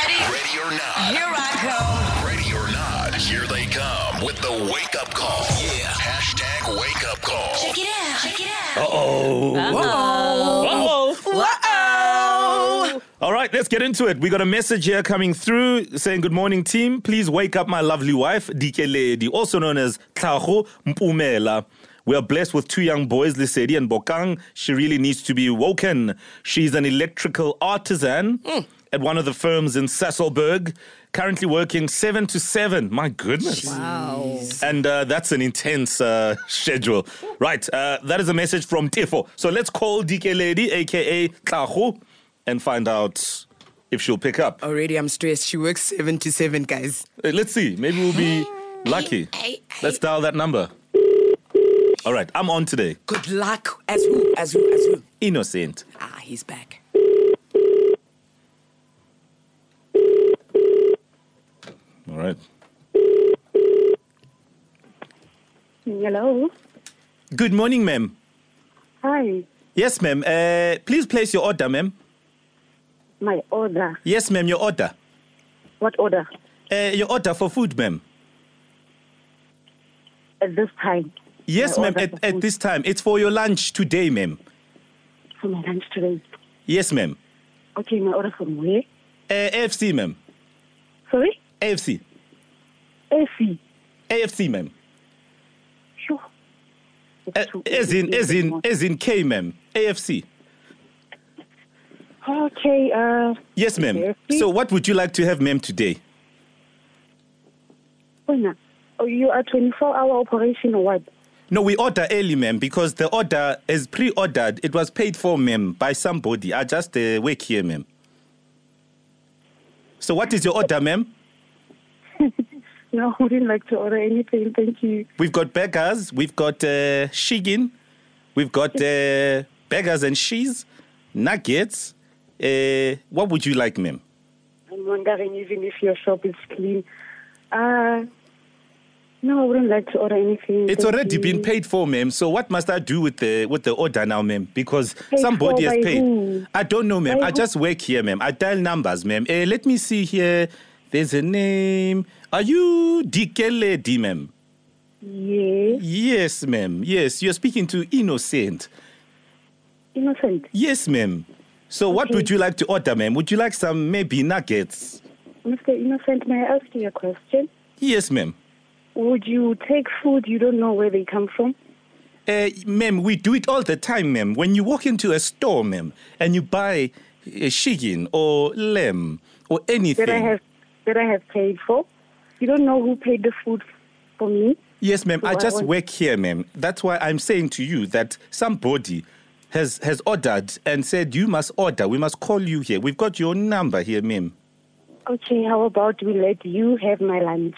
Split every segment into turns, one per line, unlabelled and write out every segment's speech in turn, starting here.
or not.
Here I
Ready or not, here they come with the wake up call. Yeah. Hashtag wake up call.
go. Check it out. Check it out.
Oh, All right, let's get into it. We got a message here coming through saying, Good morning, team. Please wake up my lovely wife, Dike Lady, also known as Tlaho Mpumela. We are blessed with two young boys, Lisedi and Bokang. She really needs to be woken. She's an electrical artisan at one of the firms in Sasselberg, currently working seven to seven. My goodness. Wow. And uh, that's an intense uh, schedule. Right, uh, that is a message from Tifo. So let's call DK Lady, aka Tlaho and find out if she'll pick up. Uh,
Already, I'm stressed. She works seven to seven, guys.
Let's see. Maybe we'll be lucky. Let's dial that number. All right, I'm on today.
Good luck. As who? As who? As who?
Innocent.
Ah, he's back.
All right.
Hello.
Good morning, ma'am.
Hi.
Yes, ma'am. Uh, please place your order, ma'am.
My order.
Yes, ma'am, your order.
What order?
Uh, your order for food, ma'am.
At this time.
Yes,
My
ma'am,
order
at,
for
at
food.
this time. It's for your lunch today, ma'am.
For my lunch today.
Yes, ma'am.
Okay, my order from where?
Uh, AFC, ma'am.
Sorry?
AFC.
AC.
AFC, ma'am.
Sure. It's
Uh,
too
as in,
early
as
in the
in,
morning.
as in K, ma'am. AFC.
Okay, uh,
Yes, ma'am.
Yes, please.
so, what would you like to have, ma'am, today?
Bona. Oh, you are 24 hour operation or what?
No, we order early, ma'am, because the order is pre ordered. It was paid for, ma'am, by somebody. I just uh, wake here, ma'am. So, what is your order, ma'am?
No, I wouldn't like to order anything. Thank you.
We've got beggars, we've got uh, shigin, we've got uh, beggars and cheese, nuggets. Uh, what would you like, ma'am?
I'm wondering even if your shop is clean. Uh, no, I wouldn't like to order anything.
It's
Thank
already
you.
been paid for, ma'am. So what must I do with the with the order now, ma'am? Because
Paid
somebody
for
has
by
paid.
who?
I don't know, ma'am.
By
I
who?
just work here, ma'am. I dial numbers, ma'am. Eh, let me see here. There's a name. Are you DK Lady, ma'am?
Yeah.
Yes, ma'am. Yes, you're speaking to Innocent.
Innocent.
Yes, ma'am. So what
Okay.
would you like to order, ma'am? Would you like some maybe nuggets?
Mr. Innocent, may I ask you a question?
Yes, ma'am.
Would you take food you don't know where they come from?
Uh, ma'am, we do it all the time, ma'am. When you walk into a store, ma'am, and you buy uh, chicken or lamb or anything.
that I have that I have paid for. You don't know who paid the food for me.
yes, ma'am.
So
I
I
just
want-
work here, ma'am. That's why I'm saying to you that somebody has has ordered and said you must order. We must call you here. We've got your number here, ma'am.
Okay, how about we let you have my lunch?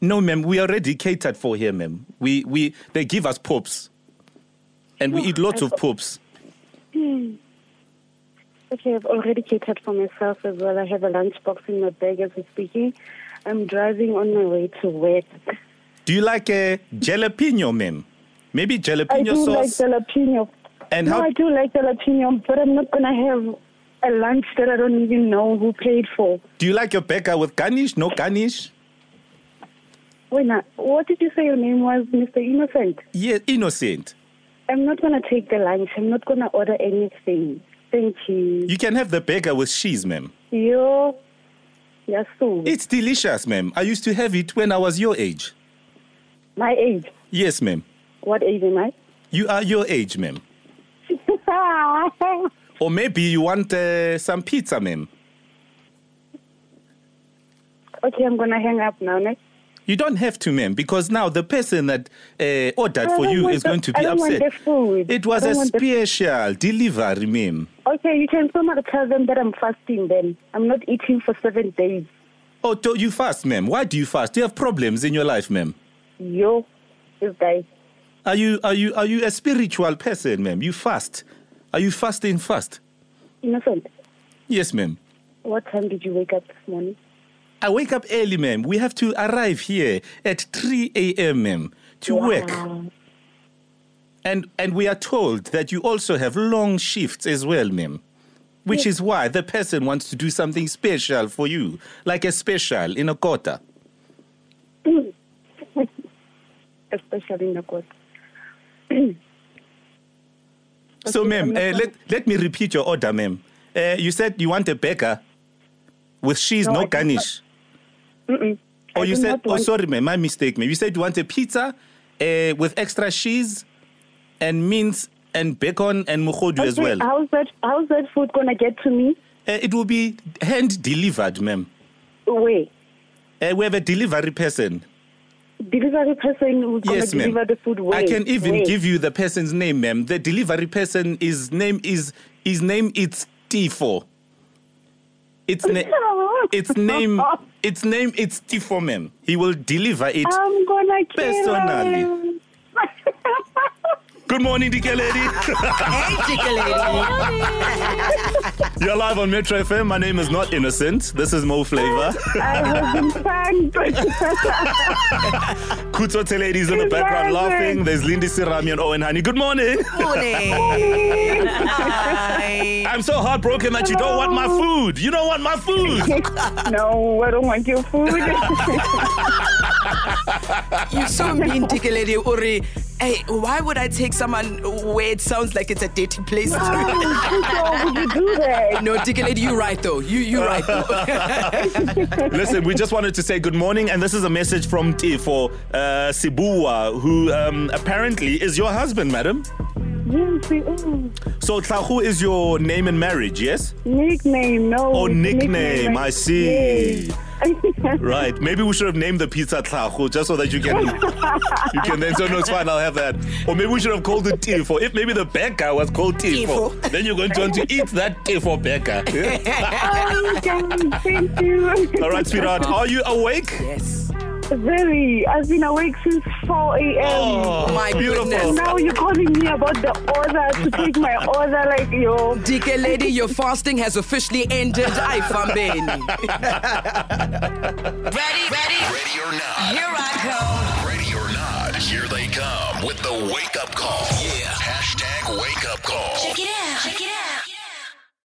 No, ma'am. We already catered for here, ma'am. We we they give us pops, and we eat lots of pops.
Okay, I've already catered for myself as well. I have a lunch box in my bag as we're speaking. I'm driving on my way to work.
Do you like a jalapeno, ma'am? Maybe
I
jalapeno
do
sauce.
like jalapeno.
And
no,
how-
I do like jalapeno, but I'm not gonna have a lunch that I don't even know who paid for.
Do you like your burger with garnish? No garnish?
Wait, now, what did you say your name was, Mr. Innocent?
Yeah, innocent.
I'm not gonna take the lunch. I'm not gonna order anything. Thank you.
You can have the burger with cheese, ma'am.
Yo, yes, so
It's delicious, ma'am. I used to have it when I was your age.
my age.
Yes, ma'am.
What age am I?
You are your age, ma'am. Or maybe you want uh, some pizza, ma'am.
okay, I'm gonna hang up now. Next.
You don't have to, ma'am, because now the person that uh, ordered
I
for
don't
you
want
is
the-
going to
I
be
don't want
upset.
the food.
It was a
I don't want the-
special delivery, ma'am.
Okay, you can somehow tell them that I'm fasting. Then I'm not eating for seven days.
Oh, do you fast, ma'am? Why do you fast? Do you have problems in your life, ma'am?
Yo, this guy.
Are you are you are you a spiritual person, ma'am? You fast. Are you fasting fast?
Innocent.
Yes, ma'am.
What time did you wake up this morning?
I wake up early, ma'am. We have to arrive here at 3 a.m., ma'am, to work.
Wow.
And and we are told that you also have long shifts as well, ma'am. which is why the person wants to do something special for you, like a special in a quarter.
especially in the court.
So,
Okay,
ma'am,
I'm
uh,
not-
let, let me repeat your order, ma'am. Uh, you said you want a burger with cheese,
No,
no,
I did
garnish.
I
Or you
do
said,
not
oh,
want-
sorry, ma'am, my mistake, ma'am. You said you want a pizza uh, with extra cheese and mince and bacon and mukhodu as
Okay,
well. Uh,
How's that? How's that food gonna get to me?
it will be hand delivered, ma'am.
Wait,
Uh, we have a delivery person.
delivery person who's
Yes,
gonna
ma'am.
deliver the food. Wait,
I can even
wait.
give you the person's name, ma'am. The delivery person is name is his name it's T4. Its name its name its name it's T4, ma'am. He will deliver it.
I'm gonna kill
Personally.
him.
Good morning, DK lady. You're live on Metro FM. My name is not innocent. This is Mo Flavor.
I have been pranked.
Kutote ladies in the background
Good morning.
laughing. There's Lindy Sirami and Owen Honey. Good morning. I'm so heartbroken that you don't want my food. You don't want my food.
no, I don't want your food.
You're so mean, Dicky Lady Uri. Hey, why would I take someone where it sounds like it's a dirty place?
Why would you do that?
no, Dicky Lady, you're right though. You you right though.
Listen, we just wanted to say good morning, and this is a message from T for uh, Sibua, who um, apparently is your husband, madam.
Yes, we- oh,
So Tlahu is your name in marriage, yes?
nickname, no.
Oh,
it's a
nickname, I see.
Yes.
Right. Maybe we should have named the pizza Tlahu just so that you can you can then say no, it's fine. I'll have that. Or maybe we should have called it Tifo. If maybe the baker was called Tifo,
Tifo.
then you're going to want to eat that Tifo baker.
Oh, God, thank you.
All right, sweetheart. Are you awake?
yes.
Very. I've been awake since 4 a.m.
Oh,
My
beautiful.
goodness.
Now you're calling me about the order to take my order, like yo.
Dicky Lady, your fasting has officially ended. I fambeni.
Ready, ready,
Ready or not,
here I come.
ready or not, here they come with the Wake Up